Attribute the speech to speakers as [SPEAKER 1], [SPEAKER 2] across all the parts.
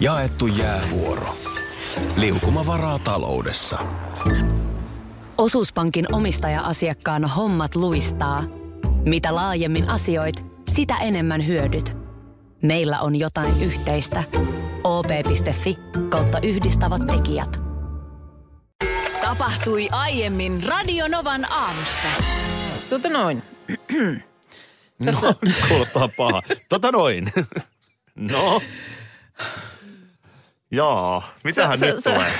[SPEAKER 1] Jaettu jäävuoro. Liukuma varaa taloudessa.
[SPEAKER 2] Osuuspankin omistaja-asiakkaan hommat luistaa. Mitä laajemmin asioit, sitä enemmän hyödyt. Meillä on jotain yhteistä. op.fi kautta yhdistävät tekijät. Tapahtui aiemmin Radionovan aamussa.
[SPEAKER 3] Tuota noin.
[SPEAKER 4] No, nyt kuulostaa paha. Tota noin. No. Jaa, mitähän
[SPEAKER 3] Sä-
[SPEAKER 4] nyt
[SPEAKER 3] sä- sä-
[SPEAKER 4] tulee?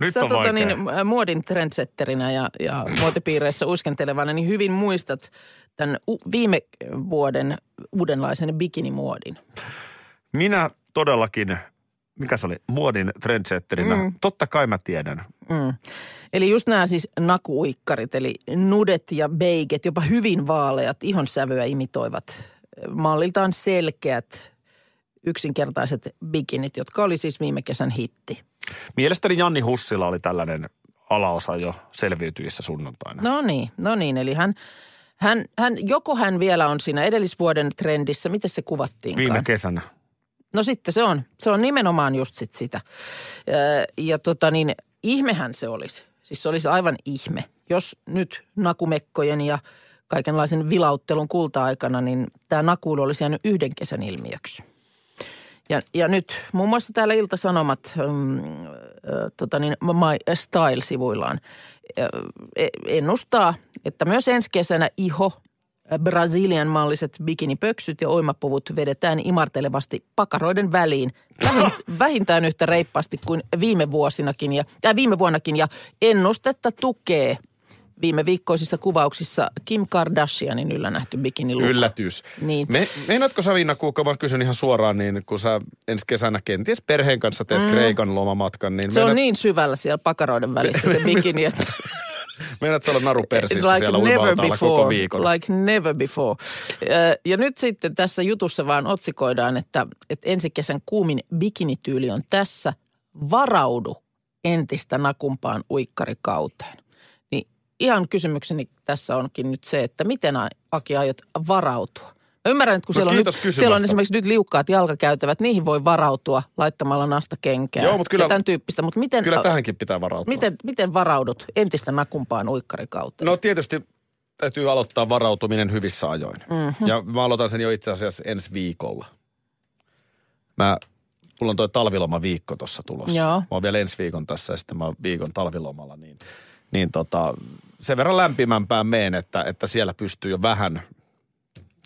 [SPEAKER 4] Nyt
[SPEAKER 3] Sä
[SPEAKER 4] on
[SPEAKER 3] tota,
[SPEAKER 4] vaikea.
[SPEAKER 3] niin, ä, muodin trendsetterinä ja, ja muotipiireissä uskentelevana, niin hyvin muistat tämän u- viime vuoden uudenlaisen bikinimuodin.
[SPEAKER 4] Minä todellakin, mikä se oli, muodin trendsetterinä. Mm. Totta kai mä tiedän.
[SPEAKER 3] Mm. Eli just nämä siis nakuikkarit, eli nudet ja beiget, jopa hyvin vaaleat, ihon sävyä imitoivat, malliltaan selkeät, yksinkertaiset bikinit, jotka oli siis viime kesän hitti.
[SPEAKER 4] Mielestäni Janni Hussila oli tällainen alaosa jo selviytyissä sunnuntaina.
[SPEAKER 3] No niin, no niin, eli hän, hän, hän, joko hän vielä on siinä edellisvuoden trendissä, miten se kuvattiin?
[SPEAKER 4] Viime kesänä.
[SPEAKER 3] No sitten se on. Se on nimenomaan just sit sitä. Öö, Ja tota niin, ihmehän se olisi. Siis se olisi aivan ihme, jos nyt nakumekkojen ja kaikenlaisen vilauttelun kulta-aikana, niin tämä nakuilu olisi jäänyt yhden kesän ilmiöksi. Ja, ja nyt muun muassa täällä Ilta-Sanomat mm, ö, tota niin, My Style-sivuillaan ö, e- ennustaa, että myös ensi kesänä iho, ö, Brasilian malliset bikinipöksyt ja oimapuvut vedetään imartelevasti pakaroiden väliin. Vähin- Vähintään yhtä reippaasti kuin viime vuosinakin ja, tai viime vuonnakin ja ennustetta tukee viime viikkoisissa kuvauksissa Kim Kardashianin yllä nähty bikiniluku.
[SPEAKER 4] Yllätys.
[SPEAKER 3] Niin.
[SPEAKER 4] Me, meinaatko sä Minna Kuukka, mä kysyn ihan suoraan, niin kun sä ensi kesänä kenties perheen kanssa teet mm. Kreikan lomamatkan, niin
[SPEAKER 3] Se on
[SPEAKER 4] meinaat-
[SPEAKER 3] niin syvällä siellä pakaroiden välissä se bikini, että
[SPEAKER 4] meinaat sä olla naru persissä siellä uimaltaalla koko viikon.
[SPEAKER 3] Like never before. Ö, Ja nyt sitten tässä jutussa vaan otsikoidaan, että, että ensi kesän kuumin bikinityyli on tässä. Varaudu entistä nakumpaan uikkarikauteen. Niin ihan kysymykseni tässä onkin nyt se, että miten A- Aki aiot varautua? Mä ymmärrän, että kun
[SPEAKER 4] No
[SPEAKER 3] siellä, on nyt,
[SPEAKER 4] kiitos kysymästä.
[SPEAKER 3] siellä on esimerkiksi nyt liukkaat jalkakäytävät, niihin voi varautua laittamalla nasta kenkään.
[SPEAKER 4] Joo, mut kyllä-
[SPEAKER 3] ja tämän tyyppistä, mutta miten,
[SPEAKER 4] Kyllä tähänkin pitää varautua.
[SPEAKER 3] miten, miten varaudut entistä nakumpaan uikkarikauteen?
[SPEAKER 4] No tietysti täytyy aloittaa varautuminen hyvissä ajoin.
[SPEAKER 3] Mhm.
[SPEAKER 4] Mm-hmm. Ja mä aloitan sen jo itse asiassa ensi viikolla. Mä, mulla on toi talviloma viikko tuossa tulossa.
[SPEAKER 3] Joo.
[SPEAKER 4] Mä oon vielä ensi viikon tässä ja sitten mä oon viikon talvilomalla. Niin, niin tota, sen verran lämpimämpään meen, että, että siellä pystyy jo vähän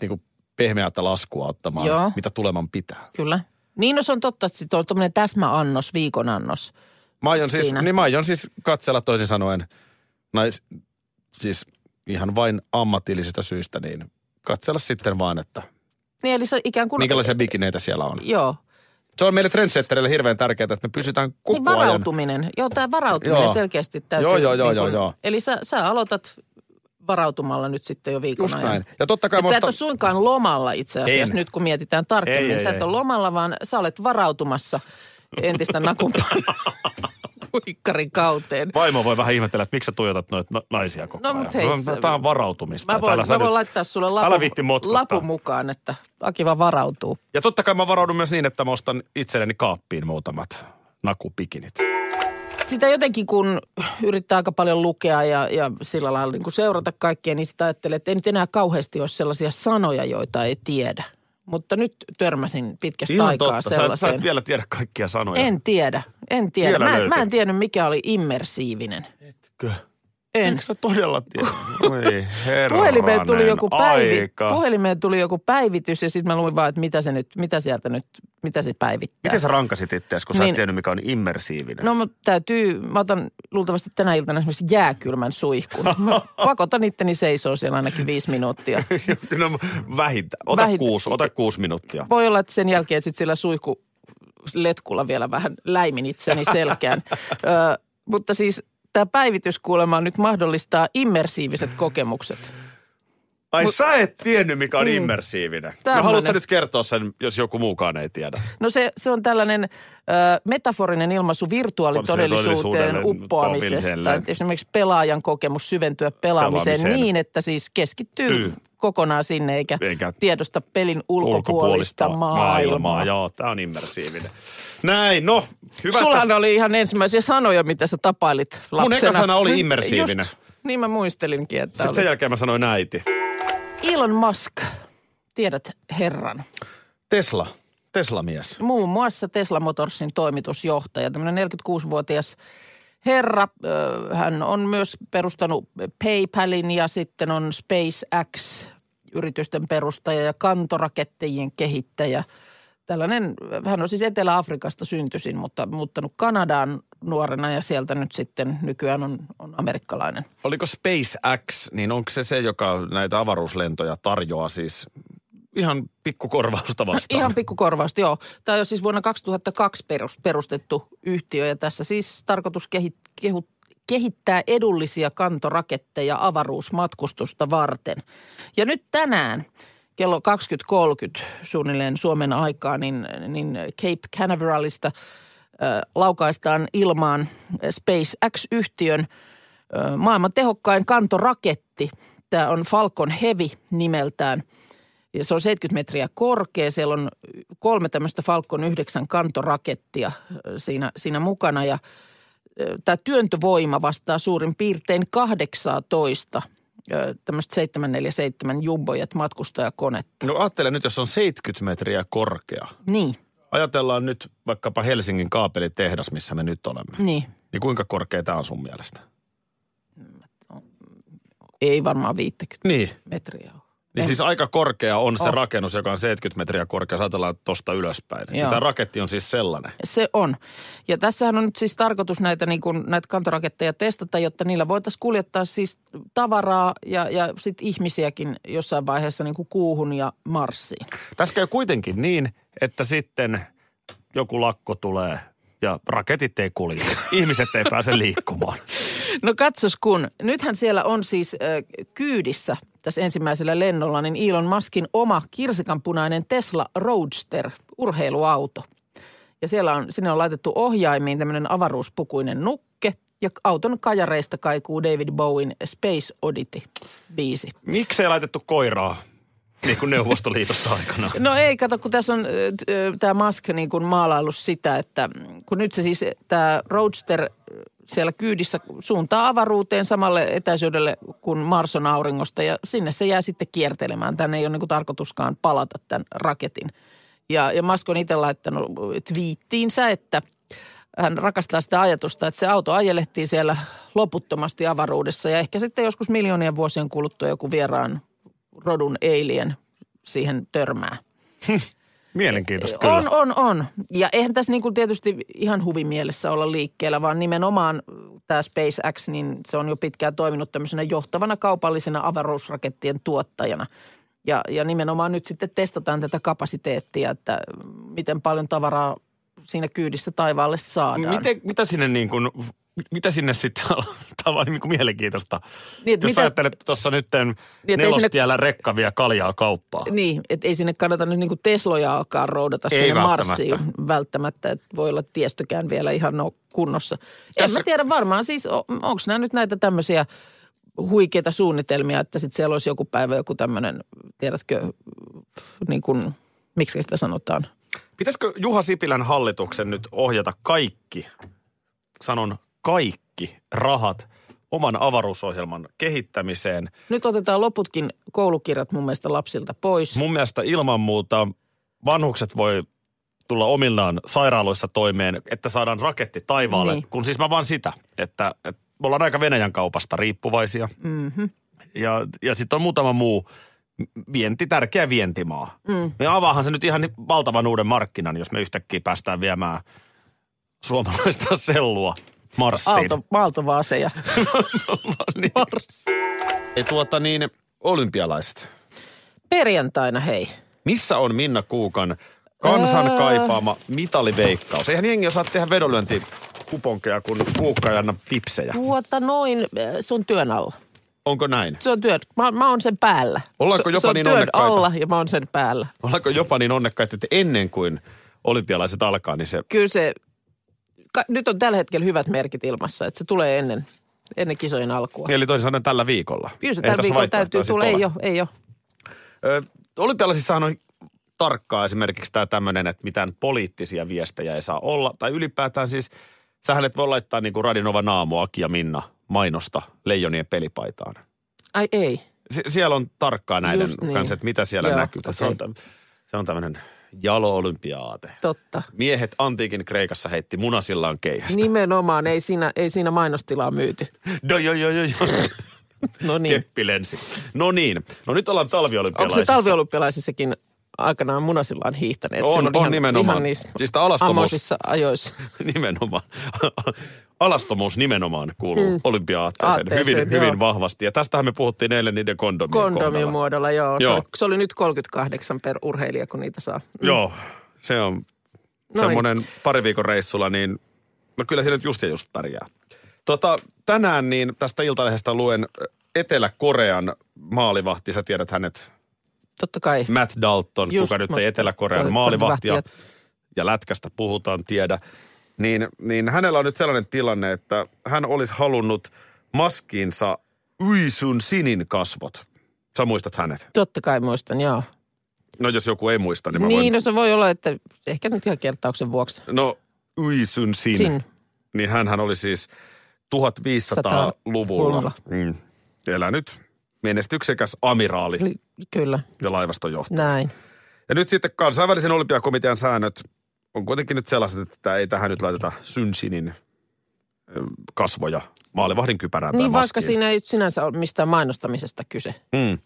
[SPEAKER 4] niin kuin pehmeätä laskua ottamaan,
[SPEAKER 3] Joo.
[SPEAKER 4] mitä tuleman pitää.
[SPEAKER 3] Kyllä. Niin, no se on totta, että sit on tuommoinen täsmäannos, viikonannos.
[SPEAKER 4] Mä aion siis,
[SPEAKER 3] Siinä.
[SPEAKER 4] niin mä aion siis katsella toisin sanoen, nais, siis ihan vain ammatillisista syistä, niin katsella sitten vaan, että
[SPEAKER 3] Niin, eli se ikään kuin...
[SPEAKER 4] minkälaisia bikineitä siellä on.
[SPEAKER 3] Joo.
[SPEAKER 4] Se on meille trendsetterille hirveän tärkeää, että me pysytään koko
[SPEAKER 3] Niin
[SPEAKER 4] ajan.
[SPEAKER 3] varautuminen. Joo, tämä varautuminen
[SPEAKER 4] Joo.
[SPEAKER 3] selkeästi täytyy...
[SPEAKER 4] Joo, joo, joo,
[SPEAKER 3] niin
[SPEAKER 4] joo,
[SPEAKER 3] kun-
[SPEAKER 4] joo.
[SPEAKER 3] Eli sä, sä aloitat varautumalla nyt sitten jo viikon
[SPEAKER 4] Just
[SPEAKER 3] ajan.
[SPEAKER 4] näin. Ja totta kai
[SPEAKER 3] Et sä et
[SPEAKER 4] musta...
[SPEAKER 3] ole suinkaan lomalla itse asiassa
[SPEAKER 4] En.
[SPEAKER 3] nyt, kun mietitään tarkemmin.
[SPEAKER 4] Ei, ei,
[SPEAKER 3] sä et
[SPEAKER 4] ei.
[SPEAKER 3] ole lomalla, vaan sä olet varautumassa entistä nakumpaan uikkarikauteen.
[SPEAKER 4] Vaimo voi vähän ihmetellä, että miksi sä tuijotat noita naisia koko
[SPEAKER 3] No, mut hei, se-
[SPEAKER 4] Tämä on varautumista.
[SPEAKER 3] Mä
[SPEAKER 4] Että
[SPEAKER 3] voin,
[SPEAKER 4] älä sä
[SPEAKER 3] mä voin
[SPEAKER 4] nyt-
[SPEAKER 3] laittaa sulle
[SPEAKER 4] Älä
[SPEAKER 3] lapun,
[SPEAKER 4] viitti motkottaa.
[SPEAKER 3] lapun mukaan, että Aki vaan varautuu.
[SPEAKER 4] Ja totta kai mä varaudun myös niin, että mä ostan itselleni kaappiin muutamat nakupikinit.
[SPEAKER 3] sitä jotenkin kun yrittää aika paljon lukea ja, ja sillä lailla niin kun seurata kaikkea, niin sitä ajattelee, että ei nyt enää kauheasti ole sellaisia sanoja, joita ei tiedä. Mutta nyt törmäsin pitkästä
[SPEAKER 4] Ihan
[SPEAKER 3] aikaa
[SPEAKER 4] totta. Sä et, sä
[SPEAKER 3] sellaiseen.
[SPEAKER 4] et vielä tiedä kaikkia sanoja.
[SPEAKER 3] en tiedä, en tiedä.
[SPEAKER 4] Vielä
[SPEAKER 3] Mä, en-
[SPEAKER 4] löytyy.
[SPEAKER 3] mä en tiennyt, mikä oli immersiivinen.
[SPEAKER 4] Etkö?
[SPEAKER 3] En.
[SPEAKER 4] Eikö sä todella tiedä? Oi
[SPEAKER 3] Puhelimeen tuli,
[SPEAKER 4] herranen
[SPEAKER 3] joku päivi,
[SPEAKER 4] aika.
[SPEAKER 3] puhelimeen tuli joku päivitys ja sitten mä luin vaan, että mitä, se nyt, mitä sieltä nyt, mitä se päivittää.
[SPEAKER 4] Miten sä rankasit itseäsi, kun sä
[SPEAKER 3] Niin.
[SPEAKER 4] et tiennyt, mikä on immersiivinen?
[SPEAKER 3] No mutta täytyy, mä otan luultavasti tänä iltana esimerkiksi jääkylmän suihkun. Mä pakotan itteni seisoo siellä ainakin viisi minuuttia.
[SPEAKER 4] no vähintään. Ota,
[SPEAKER 3] Vähintään.
[SPEAKER 4] Kuusi, ota kuusi minuuttia.
[SPEAKER 3] Voi olla, että sen jälkeen sitten sillä suihku letkulla vielä vähän läimin itseni selkään. Ö, mutta siis tämä päivityskuulema nyt mahdollistaa immersiiviset kokemukset.
[SPEAKER 4] Ai sä et tiennyt, mikä on immersiivinen. No
[SPEAKER 3] Mm. Tämmönen.
[SPEAKER 4] haluatko sä nyt kertoa sen, jos joku muukaan ei tiedä?
[SPEAKER 3] No se, se on tällainen ö, metaforinen ilmaisu virtuaalitodellisuuteen
[SPEAKER 4] Todellisuudelle,
[SPEAKER 3] uppoamisesta.
[SPEAKER 4] uppoamiselle.
[SPEAKER 3] Et Esimerkiksi pelaajan kokemus syventyä pelaamiseen,
[SPEAKER 4] Pelaamiseen.
[SPEAKER 3] pelaamiseen. niin, että siis keskittyy
[SPEAKER 4] Tyy.
[SPEAKER 3] kokonaan sinne eikä,
[SPEAKER 4] Eikä-
[SPEAKER 3] tiedosta pelin ulkopuolista, maailmaa.
[SPEAKER 4] Joo, tämä on immersiivinen. Näin, no, hyvä.
[SPEAKER 3] Sullahan
[SPEAKER 4] että-
[SPEAKER 3] oli ihan ensimmäisiä sanoja, mitä sä tapailit lapsena.
[SPEAKER 4] eka sana oli
[SPEAKER 3] Nyt-
[SPEAKER 4] immersiivinen.
[SPEAKER 3] Just, niin mä muistelinkin, että
[SPEAKER 4] Sitten
[SPEAKER 3] oli.
[SPEAKER 4] sen jälkeen mä sanoin äiti.
[SPEAKER 3] Elon Musk, tiedät herran.
[SPEAKER 4] Tesla, Tesla-mies.
[SPEAKER 3] Muun muassa Tesla Motorsin toimitusjohtaja, tämmöinen 46-vuotias herra. Ö, Hän on myös perustanut PayPalin ja sitten on SpaceX yritysten perustaja ja kantorakettien kehittäjä. Tällainen, hän on siis Etelä-Afrikasta syntyisin, mutta muuttanut Kanadaan nuorena ja sieltä nyt sitten nykyään on, on amerikkalainen.
[SPEAKER 4] Oliko SpaceX, niin onko se se, joka näitä avaruuslentoja tarjoaa siis ihan pikkukorvausta vastaan?
[SPEAKER 3] Ihan pikkukorvausta, joo. Tämä on siis vuonna 2002 perus- perustettu yhtiö ja tässä siis tarkoitus kehit, kehu, kehittää edullisia kantoraketteja avaruusmatkustusta varten. Ja nyt tänään kello 20.30 suunnilleen Suomen aikaa, niin, niin Cape Canaveralista äh, laukaistaan ilmaan SpaceX-yhtiön ö, maailman tehokkain kantoraketti. Tämä on Falcon Heavy nimeltään – ja se on 70 metriä korkea. Siellä on kolme tämmöistä Falcon 9 kantorakettia ö, siinä, siinä mukana. Ja tämä työntövoima vastaa suurin piirtein 18 ö, tämmöistä 747 jumboja, että matkustajakonetta.
[SPEAKER 4] No ajattele nyt, jos on 70 metriä korkea.
[SPEAKER 3] Niin,
[SPEAKER 4] Ajatellaan nyt vaikkapa Helsingin kaapelitehdas, missä me nyt olemme.
[SPEAKER 3] niin.
[SPEAKER 4] Niin kuinka korkea tämä on sun mielestä?
[SPEAKER 3] Ei varmaan 50
[SPEAKER 4] Niin.
[SPEAKER 3] metriä ole.
[SPEAKER 4] Niin siis aika korkea on se
[SPEAKER 3] On.
[SPEAKER 4] rakennus, joka on 70 metriä korkea, jos ajatellaan tuosta ylöspäin.
[SPEAKER 3] Joo.
[SPEAKER 4] Joo. Tämä raketti on siis sellainen.
[SPEAKER 3] Se on. Ja tässähän on nyt siis tarkoitus näitä, niin kuin, näitä kantoraketteja testata, jotta niillä voitaisiin kuljettaa siis tavaraa ja, ja sitten ihmisiäkin jossain vaiheessa niin kuin kuuhun ja Marsiin.
[SPEAKER 4] Tässä käy kuitenkin niin, että sitten joku lakko tulee ja raketit ei kulje. Ihmiset ei pääse liikkumaan.
[SPEAKER 3] No katsos kun, nythän siellä on siis äh, kyydissä tässä ensimmäisellä lennolla, niin Elon Muskin oma kirsikanpunainen Tesla Roadster urheiluauto. Ja siellä on, sinne on laitettu ohjaimiin tämmöinen avaruuspukuinen nukke ja auton kajareista kaikuu David Bowen Space Oddity biisi.
[SPEAKER 4] Miksei laitettu koiraa, niin kuin Neuvostoliitossa aikana?
[SPEAKER 3] No ei, kato, kun tässä on tämä Musk niin kuin maalaillut sitä, että mm, kun nyt se siis tämä Roadster ö, siellä kyydissä suuntaa avaruuteen samalle etäisyydelle kuin Mars on auringosta ja sinne se jää sitten kiertelemään. Tänne ei ole niin kuin tarkoituskaan palata tämän raketin. Ja, ja Musk on itse laittanut twiittiinsä, että hän rakastaa sitä ajatusta, että se auto ajelehtii siellä loputtomasti avaruudessa ja ehkä sitten joskus miljoonien vuosien kuluttua joku vieraan rodun alien siihen törmää.
[SPEAKER 4] Mielenkiintoista
[SPEAKER 3] On, on, on. Ja eihän tässä niin kuin tietysti ihan huvimielessä olla liikkeellä, vaan nimenomaan tämä SpaceX, niin se on jo pitkään toiminut tämmöisenä johtavana kaupallisena avaruusrakettien tuottajana. Ja, ja nimenomaan nyt sitten testataan tätä kapasiteettia, että miten paljon tavaraa siinä kyydissä taivaalle saadaan.
[SPEAKER 4] Miten, mitä sinne niin kuin, mitä sinne sitten tavallaan niin kuin mielenkiintoista?
[SPEAKER 3] Niin,
[SPEAKER 4] Niin,
[SPEAKER 3] että
[SPEAKER 4] Jos
[SPEAKER 3] mitä-
[SPEAKER 4] mitä... ajattelet tuossa nyt
[SPEAKER 3] ei sinne-
[SPEAKER 4] nelostiellä sinne... rekka vie kaljaa kauppaan.
[SPEAKER 3] Niin, että ei sinne kannata nyt niinku Tesloja alkaa roudata
[SPEAKER 4] Ei
[SPEAKER 3] sinne
[SPEAKER 4] välttämättä.
[SPEAKER 3] Marsiin välttämättä, että voi olla tiestökään vielä ihan no kunnossa. En
[SPEAKER 4] Tässä-
[SPEAKER 3] mä tiedä varmaan siis, onko nämä nyt näitä tämmöisiä huikeita suunnitelmia, että sitten siellä olisi joku päivä joku tämmöinen, tiedätkö, niin kuin, miksi sitä sanotaan?
[SPEAKER 4] Pitäisikö Juha Sipilän hallituksen nyt ohjata kaikki, sanon kaikki rahat oman avaruusohjelman kehittämiseen?
[SPEAKER 3] Nyt otetaan loputkin koulukirjat mun mielestä lapsilta pois.
[SPEAKER 4] Mun mielestä ilman muuta vanhukset voi tulla omillaan sairaaloissa toimeen, että saadaan raketti taivaalle.
[SPEAKER 3] Niin.
[SPEAKER 4] Niin. Kun siis mä vaan sitä, että, että me ollaan aika Venäjän kaupasta riippuvaisia.
[SPEAKER 3] Mm-hmm.
[SPEAKER 4] Ja, ja sitten on muutama muu vienti, tärkeä vientimaa.
[SPEAKER 3] Mm.
[SPEAKER 4] Me avaahan se nyt ihan ni- valtavan uuden markkinan, jos me yhtäkkiä päästään viemään suomalaista sellua Marsiin.
[SPEAKER 3] Aalto, aaltovaaseja.
[SPEAKER 4] niin. Ja tuota niin, olympialaiset.
[SPEAKER 3] Perjantaina hei.
[SPEAKER 4] Missä on Minna Kuukan kansan
[SPEAKER 3] Ää.
[SPEAKER 4] kaipaama mitaliveikkaus? Eihän jengi osaa tehdä vedonlyöntikuponkeja, kun Kuukka ei anna tipsejä.
[SPEAKER 3] Tuota noin, äh, se on työn alla.
[SPEAKER 4] Onko näin?
[SPEAKER 3] Se on työn, mä, mä oon sen päällä.
[SPEAKER 4] Ollaanko
[SPEAKER 3] se,
[SPEAKER 4] jopa
[SPEAKER 3] se on
[SPEAKER 4] niin
[SPEAKER 3] työn
[SPEAKER 4] onnekkaita?
[SPEAKER 3] alla ja mä oon sen päällä.
[SPEAKER 4] Ollaanko jopa niin onnekkaita, että ennen kuin olympialaiset alkaa, niin se
[SPEAKER 3] Kyllä se, ka, nyt on tällä hetkellä hyvät merkit ilmassa, että se tulee ennen, ennen kisojen alkua.
[SPEAKER 4] Eli toisin sanoen tällä viikolla.
[SPEAKER 3] Kyllä se
[SPEAKER 4] Ei
[SPEAKER 3] tällä
[SPEAKER 4] tässä
[SPEAKER 3] viikolla
[SPEAKER 4] vaihtoehtoja
[SPEAKER 3] täytyy
[SPEAKER 4] sit
[SPEAKER 3] tulla,
[SPEAKER 4] ole.
[SPEAKER 3] ei ole, ei ole.
[SPEAKER 4] Ö, Olympialaisissahan on tarkkaa esimerkiksi tämä tämmöinen, että mitään poliittisia viestejä ei saa olla. Tai ylipäätään siis, sähän et voi laittaa niin kuin Radinova Naamo, Aki ja Minna mainosta leijonien pelipaitaan.
[SPEAKER 3] Ai ei.
[SPEAKER 4] Sie- siellä on tarkkaa näiden
[SPEAKER 3] Just niin.
[SPEAKER 4] kanssa, että mitä siellä
[SPEAKER 3] Joo,
[SPEAKER 4] näkyy. Okay. Se on,
[SPEAKER 3] okei.
[SPEAKER 4] täm- se on tämmöinen jalo-olympiaate.
[SPEAKER 3] Totta.
[SPEAKER 4] Miehet antiikin Kreikassa heitti munasillaan keihästä. Niin.
[SPEAKER 3] Nimenomaan, ei siinä, ei siinä mainostilaa myyty.
[SPEAKER 4] No joo, joo, joo,
[SPEAKER 3] Niin.
[SPEAKER 4] joo.
[SPEAKER 3] No niin.
[SPEAKER 4] Keppi lensi. No niin. No nyt ollaan
[SPEAKER 3] Onko se
[SPEAKER 4] talviolympialaisissa.
[SPEAKER 3] talviolympialaisissakin aikanaan munasillaan hiihtäneet?
[SPEAKER 4] On,
[SPEAKER 3] Silloin
[SPEAKER 4] on nimenomaan.
[SPEAKER 3] Ihan niissä
[SPEAKER 4] Siis tää alastomuus- Niin,
[SPEAKER 3] ammoisissa ajoissa.
[SPEAKER 4] Nimenomaan. Alastomuus nimenomaan kuuluu mm. olympiaatteeseen
[SPEAKER 3] Aatteeseen,
[SPEAKER 4] hyvin,
[SPEAKER 3] joo.
[SPEAKER 4] hyvin vahvasti. Ja tästähän me puhuttiin eilen niiden kondomien
[SPEAKER 3] Kondomin
[SPEAKER 4] kohdalla.
[SPEAKER 3] muodolla, joo. Se,
[SPEAKER 4] Joo.
[SPEAKER 3] oli, se oli nyt 38 per urheilija, kun niitä saa.
[SPEAKER 4] Joo, se on
[SPEAKER 3] Mm. Noin.
[SPEAKER 4] semmoinen pari viikon reissulla, niin no kyllä siinä nyt just ja just pärjää. Tota, tänään niin tästä Iltalehdestä luen äh, Etelä-Korean maalivahti, sä tiedät hänet,
[SPEAKER 3] Totta kai.
[SPEAKER 4] Matt Dalton,
[SPEAKER 3] Just,
[SPEAKER 4] kuka nyt
[SPEAKER 3] Matt-
[SPEAKER 4] ei Etelä-Korean
[SPEAKER 3] Matt-
[SPEAKER 4] maalivahti ja,
[SPEAKER 3] vahtia.
[SPEAKER 4] ja lätkästä puhutaan, tiedä. Niin, niin hänellä on nyt sellainen tilanne, että hän olisi halunnut maskiinsa Uisun Sinin kasvot. Sä muistat hänet.
[SPEAKER 3] Totta kai muistan, joo.
[SPEAKER 4] No jos joku ei muista, niin mä
[SPEAKER 3] Niin,
[SPEAKER 4] voin...
[SPEAKER 3] no se voi olla, että ehkä nyt ihan kertauksen vuoksi.
[SPEAKER 4] No Uisun Sin.
[SPEAKER 3] Sin.
[SPEAKER 4] niin hänhän oli siis 1500-luvulla
[SPEAKER 3] Luvulla.
[SPEAKER 4] mm, elänyt menestyksekäs amiraali
[SPEAKER 3] Eli Kyllä,
[SPEAKER 4] ja laivastonjohtaja.
[SPEAKER 3] näin.
[SPEAKER 4] Ja nyt sitten kansainvälisen olympiakomitean säännöt on kuitenkin nyt sellaiset, että tää- ei tähän nyt laiteta synsinin ö, kasvoja maalivahdin kypärään tai
[SPEAKER 3] Niin vaikka
[SPEAKER 4] maskiin.
[SPEAKER 3] siinä ei nyt sinänsä ole mistään mainostamisesta kyse.
[SPEAKER 4] Mm.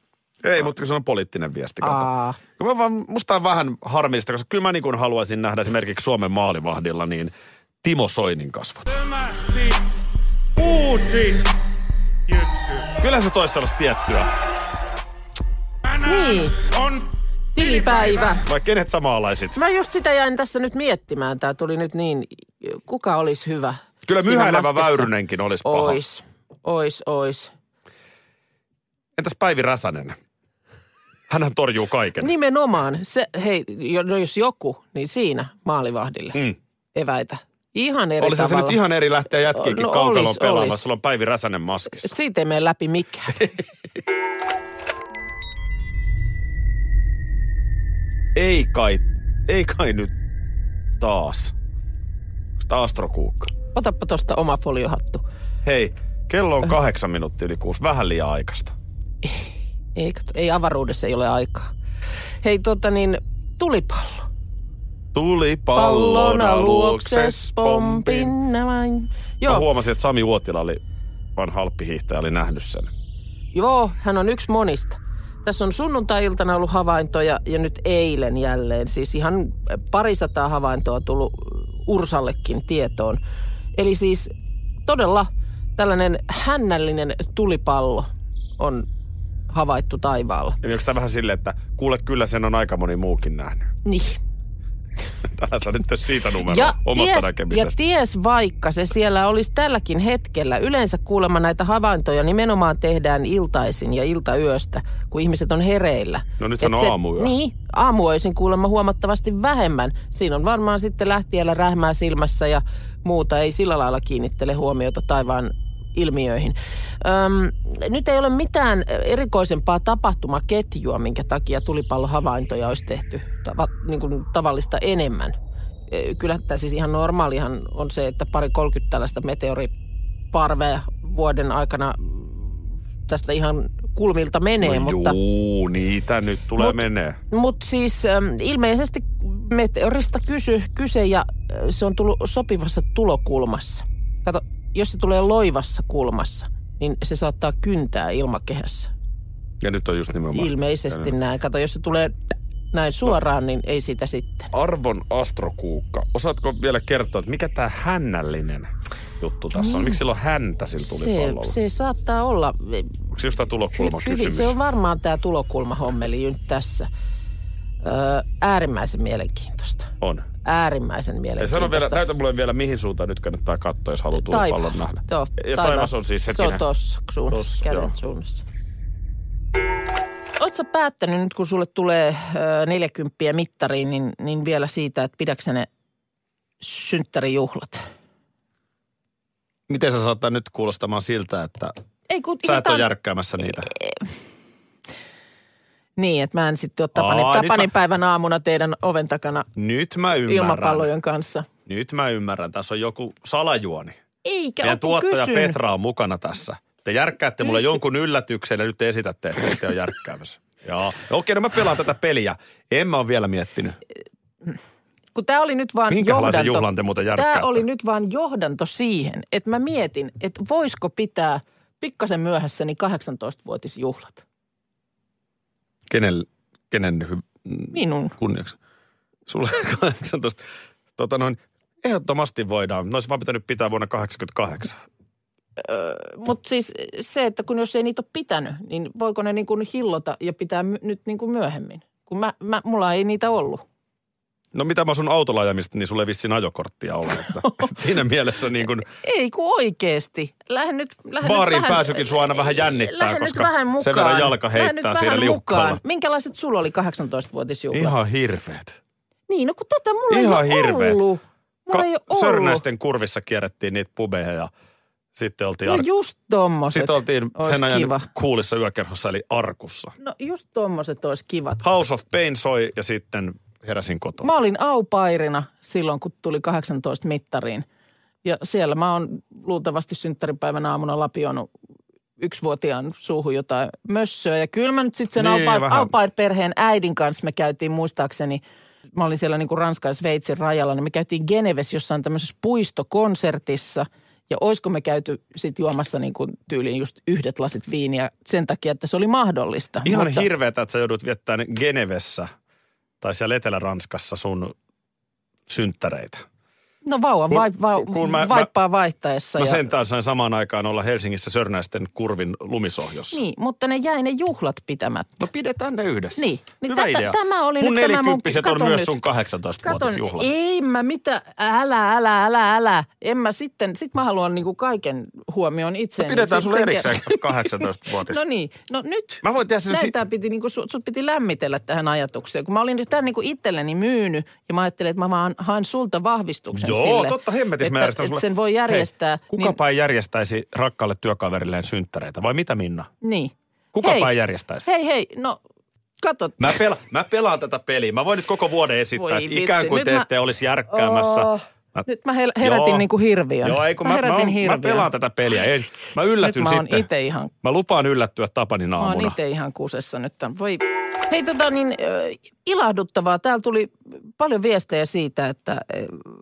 [SPEAKER 4] Ei, mutta se on poliittinen viesti. kato.
[SPEAKER 3] Aa,
[SPEAKER 4] Kyllä Mä vaan, musta on vähän harmillista, koska kyllä mä niin kuin haluaisin nähdä esimerkiksi Suomen maalivahdilla niin Timo Soinin kasvot.
[SPEAKER 5] Tämähti uusi jytky.
[SPEAKER 4] Kyllä se toisi sellaista tiettyä,
[SPEAKER 5] Tänään
[SPEAKER 3] Niin.
[SPEAKER 5] on
[SPEAKER 3] tilipäivä.
[SPEAKER 4] vai kenet samanlaiset.
[SPEAKER 3] Mä just sitä jäin tässä nyt miettimään. Tämä tuli nyt niin, kuka olisi hyvä?
[SPEAKER 4] Kyllä
[SPEAKER 3] siinä
[SPEAKER 4] myhäilevä
[SPEAKER 3] maskissa?
[SPEAKER 4] Väyrynenkin olisi paha. Ois.
[SPEAKER 3] Ois, ois, ois.
[SPEAKER 4] Entäs Päivi Räsänen? Hänhän torjuu kaiken. Niin.
[SPEAKER 3] Nimenomaan, se, hei, jo- no jos joku, niin siinä maalivahdille
[SPEAKER 4] Mm.
[SPEAKER 3] eväitä. Ihan eri
[SPEAKER 4] Olisi se
[SPEAKER 3] tavalla.
[SPEAKER 4] nyt ihan eri lähteä jätkiinkin no,
[SPEAKER 3] No,
[SPEAKER 4] kaukaloon
[SPEAKER 3] olis,
[SPEAKER 4] pelaamaan.
[SPEAKER 3] olis.
[SPEAKER 4] Sulla on Päivi Räsänen maskissa.
[SPEAKER 3] Et siitä ei mene läpi mikään.
[SPEAKER 4] Ei kai, ei kai nyt taas. Onks tää Astrokuukka?
[SPEAKER 3] Otapa tuosta oma foliohattu.
[SPEAKER 4] Hei, kello on kahdeksan minuuttia yli kuusi. Vähän liian aikaista.
[SPEAKER 3] Ei, kato, ei avaruudessa ei ole aikaa. Hei, tota niin, tulipallo.
[SPEAKER 4] Tuli pallona
[SPEAKER 3] Pallona
[SPEAKER 4] luokses
[SPEAKER 3] luokses
[SPEAKER 4] pompin.
[SPEAKER 3] pompin näin.
[SPEAKER 4] Mä
[SPEAKER 3] Joo,
[SPEAKER 4] huomasin, että Sami Uotila oli vanha alppihiihtäjä, oli nähnyt sen.
[SPEAKER 3] joo, hän on yksi monista. Tässä on sunnuntai-iltana ollut havaintoja ja nyt eilen jälleen. Siis ihan parisataa havaintoa tullut Ursallekin tietoon. Eli siis todella tällainen hännällinen tulipallo on havaittu taivaalla.
[SPEAKER 4] Eli onko tämä vähän silleen, että kuule kyllä sen on aika moni muukin nähnyt?
[SPEAKER 3] Niin.
[SPEAKER 4] Älä sä nyt tee siitä numeroa ja, omasta
[SPEAKER 3] ties, ja
[SPEAKER 4] näkemisestä.
[SPEAKER 3] ties vaikka se siellä olisi tälläkin hetkellä. Yleensä kuulemma näitä havaintoja nimenomaan tehdään iltaisin ja iltayöstä, kun ihmiset on hereillä.
[SPEAKER 4] No nythän
[SPEAKER 3] Et
[SPEAKER 4] on
[SPEAKER 3] se-
[SPEAKER 4] aamuyö.
[SPEAKER 3] Niin, aamuöisin kuulemma huomattavasti vähemmän. Siinä on varmaan sitten lähtiellä rähmää silmässä ja muuta. Ei sillä lailla kiinnittele huomiota taivaan ilmiöihin. Öm, nyt ei ole mitään erikoisempaa tapahtumaketjua, minkä takia tulipallohavaintoja olisi tehty tava, niin kuin tavallista enemmän. Ö, Kyllä tämä siis ihan normaalihan on se, että pari 30 tällaista meteoriparvea vuoden aikana tästä ihan kulmilta menee,
[SPEAKER 4] no
[SPEAKER 3] mutta
[SPEAKER 4] juu, niitä nyt tulee mut,
[SPEAKER 3] Mut-
[SPEAKER 4] menee.
[SPEAKER 3] mutta siis äm, ilmeisesti meteorista kysy, kyse ja äh, se on tullut sopivassa tulokulmassa. Kato, jos se tulee loivassa kulmassa, niin se saattaa kyntää ilmakehässä.
[SPEAKER 4] Ja nyt on just nimenomaan.
[SPEAKER 3] Ilmeisesti
[SPEAKER 4] No Joo. No.
[SPEAKER 3] näin. Kato, jos se tulee näin suoraan, niin ei sitä sitten.
[SPEAKER 4] Arvon astrokuukka. Osaatko vielä kertoa, että mikä tämä hännällinen juttu tässä on? Miksi sillä on häntä sillä
[SPEAKER 3] Mm. Se,
[SPEAKER 4] tulipallolla?
[SPEAKER 3] se saattaa olla. eh,
[SPEAKER 4] Onko se just tämä tulokulman
[SPEAKER 3] Hyvin,
[SPEAKER 4] kysymys?
[SPEAKER 3] se on varmaan tämä tulokulmahommeli nyt tässä. Öö, äärimmäisen mielenkiintoista.
[SPEAKER 4] on.
[SPEAKER 3] Äärimmäisen
[SPEAKER 4] Ei,
[SPEAKER 3] mielenkiintoista.
[SPEAKER 4] sano vielä, näytä mulle vielä, mihin suuntaan nyt kannattaa katsoa, jos haluaa tulipallon nähdä.
[SPEAKER 3] Joo,
[SPEAKER 4] ja taivas on siis
[SPEAKER 3] Se on
[SPEAKER 4] hetkinen.
[SPEAKER 3] tossa suunnassa,
[SPEAKER 4] Tossa,
[SPEAKER 3] tossa,
[SPEAKER 4] joo.
[SPEAKER 3] käden suunnassa. Oletko päättänyt nyt, kun sulle tulee ö, 40 mittariin, niin, niin vielä siitä, että pidäksä ne synttärijuhlat?
[SPEAKER 4] Miten sä saattaa nyt kuulostamaan siltä, että
[SPEAKER 3] Ei kun
[SPEAKER 4] sä et
[SPEAKER 3] ihan
[SPEAKER 4] ole järkkäämässä niitä?
[SPEAKER 3] Niin, että mä en sitten ole Tapani,
[SPEAKER 4] Aa, nyt mä-
[SPEAKER 3] Tapani päivän aamuna teidän oven takana
[SPEAKER 4] Nyt mä ymmärrän.
[SPEAKER 3] ilmapallojen kanssa.
[SPEAKER 4] Nyt mä ymmärrän. Tässä on joku salajuoni.
[SPEAKER 3] Eikä
[SPEAKER 4] Meidän
[SPEAKER 3] oo, kun
[SPEAKER 4] tuottaja
[SPEAKER 3] kysyn.
[SPEAKER 4] Petra on mukana tässä. Te järkkäätte
[SPEAKER 3] Niin.
[SPEAKER 4] mulle jonkun yllätyksen ja nyt te esitätte, että te on järkkäämässä. Joo. No Okei, no mä pelaan tätä peliä. En mä ole vielä miettinyt.
[SPEAKER 3] Kun tämä oli nyt vaan
[SPEAKER 4] Minkälaisen
[SPEAKER 3] johdanto.
[SPEAKER 4] juhlan te muuten
[SPEAKER 3] Tämä
[SPEAKER 4] järkkäätte?
[SPEAKER 3] oli nyt vaan johdanto siihen, että mä mietin, että voisiko pitää pikkasen myöhässäni 18-vuotisjuhlat.
[SPEAKER 4] Kenen, kenen hy- mm,
[SPEAKER 3] Minun.
[SPEAKER 4] kunniaksi. Sulle 18. Tota noin, ehdottomasti voidaan. Ne olisi vaan pitänyt pitää vuonna 88.
[SPEAKER 3] Mutta siis se, että kun jos ei niitä ole pitänyt, niin voiko ne niin kuin hillota ja pitää my- nyt niin kuin myöhemmin? Kun mä, mä, mulla ei niitä ollut.
[SPEAKER 4] No mitä mä sun autolla ajamista, niin sulle ei vissiin ajokorttia ole. Että siinä mielessä niin kuin
[SPEAKER 3] Ei kun oikeesti. Lähden nyt, lähden
[SPEAKER 4] baariin
[SPEAKER 3] nyt vähän,
[SPEAKER 4] pääsykin sua aina vähän jännittää,
[SPEAKER 3] lähden
[SPEAKER 4] koska
[SPEAKER 3] nyt vähän mukaan.
[SPEAKER 4] sen verran jalka
[SPEAKER 3] Lähden
[SPEAKER 4] heittää
[SPEAKER 3] nyt
[SPEAKER 4] siinä
[SPEAKER 3] vähän
[SPEAKER 4] liukkaalla.
[SPEAKER 3] mukaan. Minkälaiset sulla oli 18-vuotisjuhlat?
[SPEAKER 4] ihan hirveet.
[SPEAKER 3] Niin, no kun tätä mulla
[SPEAKER 4] Ihan
[SPEAKER 3] ei ole
[SPEAKER 4] hirveet.
[SPEAKER 3] ollut. Mulla
[SPEAKER 4] Ka-
[SPEAKER 3] ei ole ollut.
[SPEAKER 4] Sörnäisten kurvissa kierrettiin niitä pubeja ja sitten oltiin,
[SPEAKER 3] No
[SPEAKER 4] ar-
[SPEAKER 3] just tommoset.
[SPEAKER 4] sitten oltiin
[SPEAKER 3] Ois
[SPEAKER 4] sen ajan
[SPEAKER 3] kiva.
[SPEAKER 4] kuulissa yökerhossa eli arkussa.
[SPEAKER 3] No just tommoset olisi kivat.
[SPEAKER 4] House of Pain soi ja sitten heräsin kotona.
[SPEAKER 3] Mä olin aupairina silloin, kun tuli 18 mittariin. Ja siellä mä oon luultavasti synttäripäivän aamuna lapionut yksivuotiaan suuhun jotain mössöä. Ja kyllä mä nyt sitten sen
[SPEAKER 4] Niin,
[SPEAKER 3] niin,
[SPEAKER 4] vähän.
[SPEAKER 3] aupair-perheen äidin kanssa me käytiin muistaakseni, mä olin siellä niin kuin Ranskan ja Sveitsin rajalla, niin me käytiin Geneves jossain tämmöisessä puistokonsertissa. Ja oisko me käyty sitten juomassa niin kuin tyyliin just yhdet lasit viiniä sen takia, että se oli mahdollista.
[SPEAKER 4] Ihan Mutta... hirveetä, että sä joudut viettämään Genevessä tai siellä Etelä-Ranskassa sun synttäreitä.
[SPEAKER 3] No vauvan
[SPEAKER 4] Kun-
[SPEAKER 3] vai, vai,
[SPEAKER 4] kun- kun mä- mä-
[SPEAKER 3] vaippaa vaihtaessa.
[SPEAKER 4] Mä
[SPEAKER 3] ja...
[SPEAKER 4] sentään sain samaan aikaan olla Helsingissä Sörnäisten kurvin lumisohjossa.
[SPEAKER 3] Niin, mutta ne jäi ne juhlat pitämättä.
[SPEAKER 4] No pidetään ne yhdessä.
[SPEAKER 3] Niin. niin
[SPEAKER 4] Hyvä
[SPEAKER 3] tä- tä-
[SPEAKER 4] idea.
[SPEAKER 3] Tämä oli
[SPEAKER 4] mun
[SPEAKER 3] nyt tämä mun...
[SPEAKER 4] nelikymppiset on
[SPEAKER 3] kato
[SPEAKER 4] myös
[SPEAKER 3] nyt.
[SPEAKER 4] sun
[SPEAKER 3] Katon,
[SPEAKER 4] 18-vuotisjuhlat.
[SPEAKER 3] ei mä mitä, älä, älä, älä, älä. En mä sitten, sit mä haluan niinku kaiken huomioon
[SPEAKER 4] No
[SPEAKER 3] itseeni.
[SPEAKER 4] pidetään
[SPEAKER 3] Sit
[SPEAKER 4] sulle
[SPEAKER 3] sen ker-
[SPEAKER 4] erikseen 18-vuotis.
[SPEAKER 3] No niin, no nyt.
[SPEAKER 4] Mä voin siis- tehdä sen...
[SPEAKER 3] Näitä piti, niinku, sut, sut piti lämmitellä tähän ajatukseen, kun mä olin nyt tämän niinku itselleni myynyt ja mä ajattelin, että mä vaan haen sulta vahvistuksen
[SPEAKER 4] Joo,
[SPEAKER 3] sille.
[SPEAKER 4] totta hemmetissä mä
[SPEAKER 3] että,
[SPEAKER 4] järjestän
[SPEAKER 3] että
[SPEAKER 4] sulle.
[SPEAKER 3] sen voi järjestää.
[SPEAKER 4] Hei, kukapa niin... ei järjestäisi rakkaalle työkaverilleen synttäreitä, vai mitä Minna?
[SPEAKER 3] Niin, niin.
[SPEAKER 4] Kukapa
[SPEAKER 3] Hei.
[SPEAKER 4] ei järjestäisi?
[SPEAKER 3] Hei, hei, no kato,
[SPEAKER 4] Mä, pela, mä pelaan tätä peliä. Mä voin nyt koko vuoden esittää,
[SPEAKER 3] Voi
[SPEAKER 4] että ikään
[SPEAKER 3] vitsi,
[SPEAKER 4] kuin
[SPEAKER 3] nyt
[SPEAKER 4] te
[SPEAKER 3] mä-
[SPEAKER 4] ette olisi järkkäämässä.
[SPEAKER 3] Oh,
[SPEAKER 4] Mä,
[SPEAKER 3] Nyt mä hel- herätin
[SPEAKER 4] Joo.
[SPEAKER 3] niinku hirviön.
[SPEAKER 4] joo, ei kun mä, mä,
[SPEAKER 3] herätin
[SPEAKER 4] oon- mä
[SPEAKER 3] hirviön.
[SPEAKER 4] pelaan tätä peliä. Ei, mä
[SPEAKER 3] Nyt
[SPEAKER 4] yllätyn
[SPEAKER 3] mä oon
[SPEAKER 4] sitten.
[SPEAKER 3] ite ihan,
[SPEAKER 4] Mä lupaan yllättyä Tapanin
[SPEAKER 3] mä oon
[SPEAKER 4] aamuna.
[SPEAKER 3] ite ihan kusessa nyt. Tämän. Voi. Hei tota niin, äh, ilahduttavaa. Täällä tuli paljon viestejä siitä, että, äh,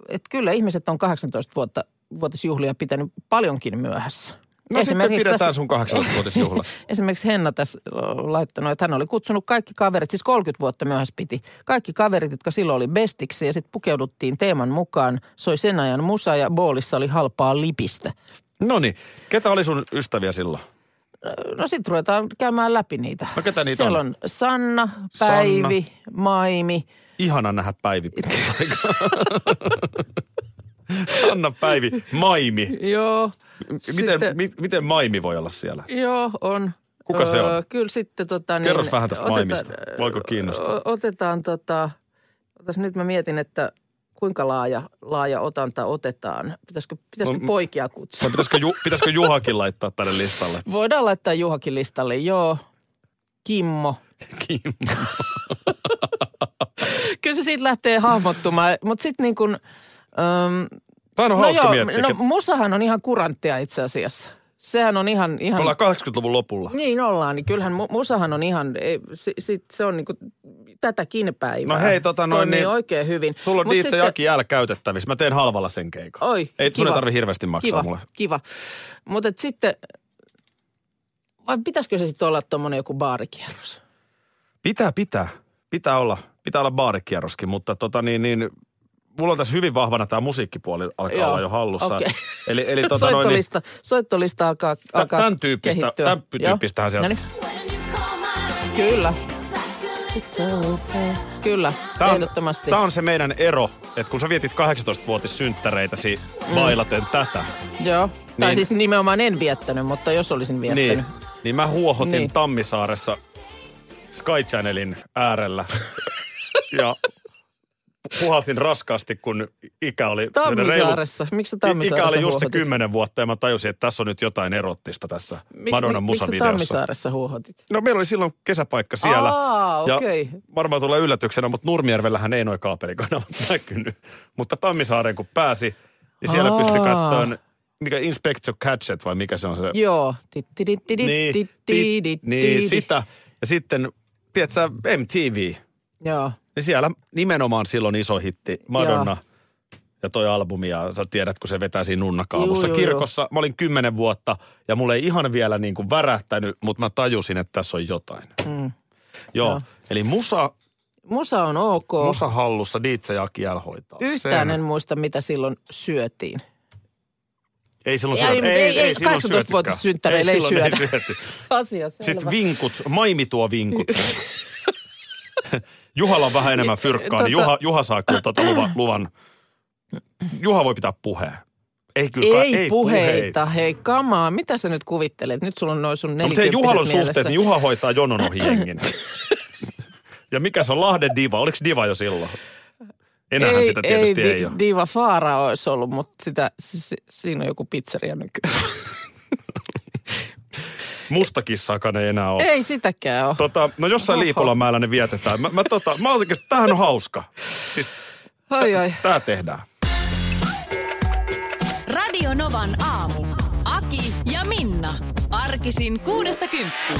[SPEAKER 3] että kyllä ihmiset on 18 vuotta vuotisjuhlia pitänyt paljonkin myöhässä.
[SPEAKER 4] No sitten pidetään
[SPEAKER 3] tässä-
[SPEAKER 4] sun 18-vuotisjuhla.
[SPEAKER 3] Esimerkiksi Henna tässä ö, laittanut, että hän oli kutsunut kaikki kaverit, siis 30 vuotta myöhässä piti, kaikki kaverit, jotka silloin oli bestiksi ja sitten pukeuduttiin teeman mukaan. Soi sen ajan musa ja boolissa oli halpaa lipistä.
[SPEAKER 4] no niin, ketä oli sun ystäviä silloin?
[SPEAKER 3] Ö, No sitten ruvetaan käymään läpi niitä.
[SPEAKER 4] No ketä niitä
[SPEAKER 3] Siellä
[SPEAKER 4] on?
[SPEAKER 3] on Sanna, Päivi, Maimi.
[SPEAKER 4] Ihana nähdä Päivi pitkän aikaa. Anna Päivi, Maimi.
[SPEAKER 3] Joo,
[SPEAKER 4] Miten,
[SPEAKER 3] Sitten-
[SPEAKER 4] mi, miten Maimi voi olla siellä?
[SPEAKER 3] joo on. Öö,
[SPEAKER 4] Kuka se on?
[SPEAKER 3] Kyllä sitten tota niin.
[SPEAKER 4] Kerros vähän tästä
[SPEAKER 3] otetaan- öö,
[SPEAKER 4] Maimista. Voiko kiinnostaa?
[SPEAKER 3] o- Otetaan tota, otas, nyt mä mietin, että kuinka laaja, laaja otanta otetaan. Pitäisikö, pitäisikö
[SPEAKER 4] No, m-
[SPEAKER 3] poikia kutsua?
[SPEAKER 4] Vai pitäisikö, Ju, pitäisikö Juhakin laittaa tälle listalle?
[SPEAKER 3] Voidaan laittaa Juhakin listalle, joo. Kimmo.
[SPEAKER 4] Kimmo.
[SPEAKER 3] Kyllä se siitä lähtee hahmottumaan, mutta sitten niin kuin, öm,
[SPEAKER 4] Tämä on hauska miettiä.
[SPEAKER 3] no
[SPEAKER 4] ketä-
[SPEAKER 3] musahan on ihan kuranttia itse asiassa. Sehän on ihan... ihan...
[SPEAKER 4] Me ollaan 80-luvun lopulla.
[SPEAKER 3] Niin ollaan, niin kyllähän mu- musahan on ihan, ei, si- sit se on niinku tätäkin päivää.
[SPEAKER 4] No hei, tota noin,
[SPEAKER 3] Toimii
[SPEAKER 4] niin-
[SPEAKER 3] oikein hyvin.
[SPEAKER 4] Sulla on
[SPEAKER 3] Mut
[SPEAKER 4] DJ sitten... Jaki L käytettävissä. Mä teen halvalla sen keikan.
[SPEAKER 3] Oi,
[SPEAKER 4] Ei sun ei
[SPEAKER 3] kiva.
[SPEAKER 4] tarvi hirveästi maksaa
[SPEAKER 3] kiva,
[SPEAKER 4] mulle.
[SPEAKER 3] Kiva, Mutta sitten, vai pitäisikö se sitten olla tuommoinen joku baarikierros?
[SPEAKER 4] Pitää, pitää. Pitää olla, pitää olla baarikierroskin, mutta tota niin, niin mulla on tässä hyvin vahvana tämä musiikkipuoli alkaa
[SPEAKER 3] Joo,
[SPEAKER 4] olla jo hallussa.
[SPEAKER 3] okei.
[SPEAKER 4] Eli, eli tota noin, niin,
[SPEAKER 3] soittolista, soittolista alkaa,
[SPEAKER 4] tä-
[SPEAKER 3] alkaa
[SPEAKER 4] tämän tyyppistä,
[SPEAKER 3] kehittyä.
[SPEAKER 4] tämän
[SPEAKER 3] Joo.
[SPEAKER 4] tyyppistähän sieltä.
[SPEAKER 3] Noniin,
[SPEAKER 6] Kyllä.
[SPEAKER 3] Kyllä,
[SPEAKER 4] Tää on,
[SPEAKER 3] ehdottomasti.
[SPEAKER 4] tää on se meidän ero, että kun sä vietit 18-vuotissynttäreitäsi
[SPEAKER 3] Mm.
[SPEAKER 4] bailaten tätä,
[SPEAKER 3] Joo. Tai
[SPEAKER 4] Niin.
[SPEAKER 3] siis nimenomaan en viettänyt, mutta jos olisin viettänyt.
[SPEAKER 4] niin, niin mä huohotin
[SPEAKER 3] Niin.
[SPEAKER 4] Tammisaaressa Sky Channelin äärellä ja puhalsin raskaasti, kun ikä oli...
[SPEAKER 3] Tammisaaressa. Miksi sä Tammisaaressa
[SPEAKER 4] Ikä oli just se
[SPEAKER 3] huohotit?
[SPEAKER 4] kymmenen vuotta ja mä tajusin, että tässä on nyt jotain erottista tässä
[SPEAKER 3] Mik-
[SPEAKER 4] Madonnan
[SPEAKER 3] mik- Miksi sä
[SPEAKER 4] musavideossa.
[SPEAKER 3] Tammisaaressa huohotit?
[SPEAKER 4] No meillä oli silloin kesäpaikka siellä.
[SPEAKER 3] Aa,
[SPEAKER 4] Ja
[SPEAKER 3] okei.
[SPEAKER 4] varmaan tulee yllätyksenä, mutta Nurmijärvellähän ei noin kaaperikanavat näkynyt. Mutta Tammisaaren kun pääsi, niin siellä
[SPEAKER 3] Aa.
[SPEAKER 4] pystyi katsomaan, mikä Inspector Gadget vai mikä se on se.
[SPEAKER 3] Joo. Tittidididid,
[SPEAKER 4] Niin,
[SPEAKER 3] tittididid.
[SPEAKER 4] ti- niin sitä. Ja sitten, tiedätkö MTV,
[SPEAKER 3] Joo.
[SPEAKER 4] niin siellä nimenomaan silloin iso hitti Madonna. Ja. Ja toi albumi, ja sä tiedät, kun se vetää siinä nunnakaavussa.
[SPEAKER 3] Juu, juu,
[SPEAKER 4] Kirkossa mä olin kymmenen vuotta, ja mulle ei ihan vielä niin kuin värähtänyt, mutta mä tajusin, että tässä on jotain.
[SPEAKER 3] Mm.
[SPEAKER 4] Joo,
[SPEAKER 3] Joo.
[SPEAKER 4] eli musa,
[SPEAKER 3] Musa on ok.
[SPEAKER 4] musa hallussa Diitse ja Kiel hoitaa
[SPEAKER 3] Yhtään en
[SPEAKER 4] sen.
[SPEAKER 3] muista, mitä silloin syötiin.
[SPEAKER 4] Ei silloin
[SPEAKER 3] Ei,
[SPEAKER 4] syöty.
[SPEAKER 3] mutta ei- ei
[SPEAKER 4] silloin
[SPEAKER 3] 18-vuotias
[SPEAKER 4] syötykään.
[SPEAKER 3] synttäreillä ei
[SPEAKER 4] silloin
[SPEAKER 3] syödä.
[SPEAKER 4] syöty.
[SPEAKER 3] Asia selvä.
[SPEAKER 4] Sitten vinkut, Maimi tuo vinkut. Juhalla on vähän enemmän fyrkkaa, niin
[SPEAKER 3] Tota-
[SPEAKER 4] Juha, Juha saa kyllä tuota luvan, luvan. Juha voi pitää puheen. Ei kyllä,
[SPEAKER 3] ei, puheita, hei kamaa. Mitä sä nyt kuvittelet? Nyt sulla on noin sun
[SPEAKER 4] No, mutta hei,
[SPEAKER 3] nelikymppiset
[SPEAKER 4] Juhalla on suhteet,
[SPEAKER 3] mielessä.
[SPEAKER 4] niin Juha hoitaa jonon ohi jengin. ja mikä se on Lahden diva? Oliko diva jo silloin? Enähän sitä tietysti ei,
[SPEAKER 3] Di-
[SPEAKER 4] ole.
[SPEAKER 3] Diva Faara olisi ollut, mutta sitä, si, si, siinä on joku pizzeria nykyään.
[SPEAKER 4] Mustakissaakaan ei enää ole.
[SPEAKER 3] Ei sitäkään ole.
[SPEAKER 4] Tota, no jossain
[SPEAKER 3] Oho.
[SPEAKER 4] Liipolanmäellä ne vietetään. Mä, mä, tota, mä oikeasti, tämähän on hauska. Siis
[SPEAKER 3] Ai ai.
[SPEAKER 4] tää tehdään.
[SPEAKER 2] Radio Novan aamu. Aki ja Minna. Arkisin kuudesta kymppiin.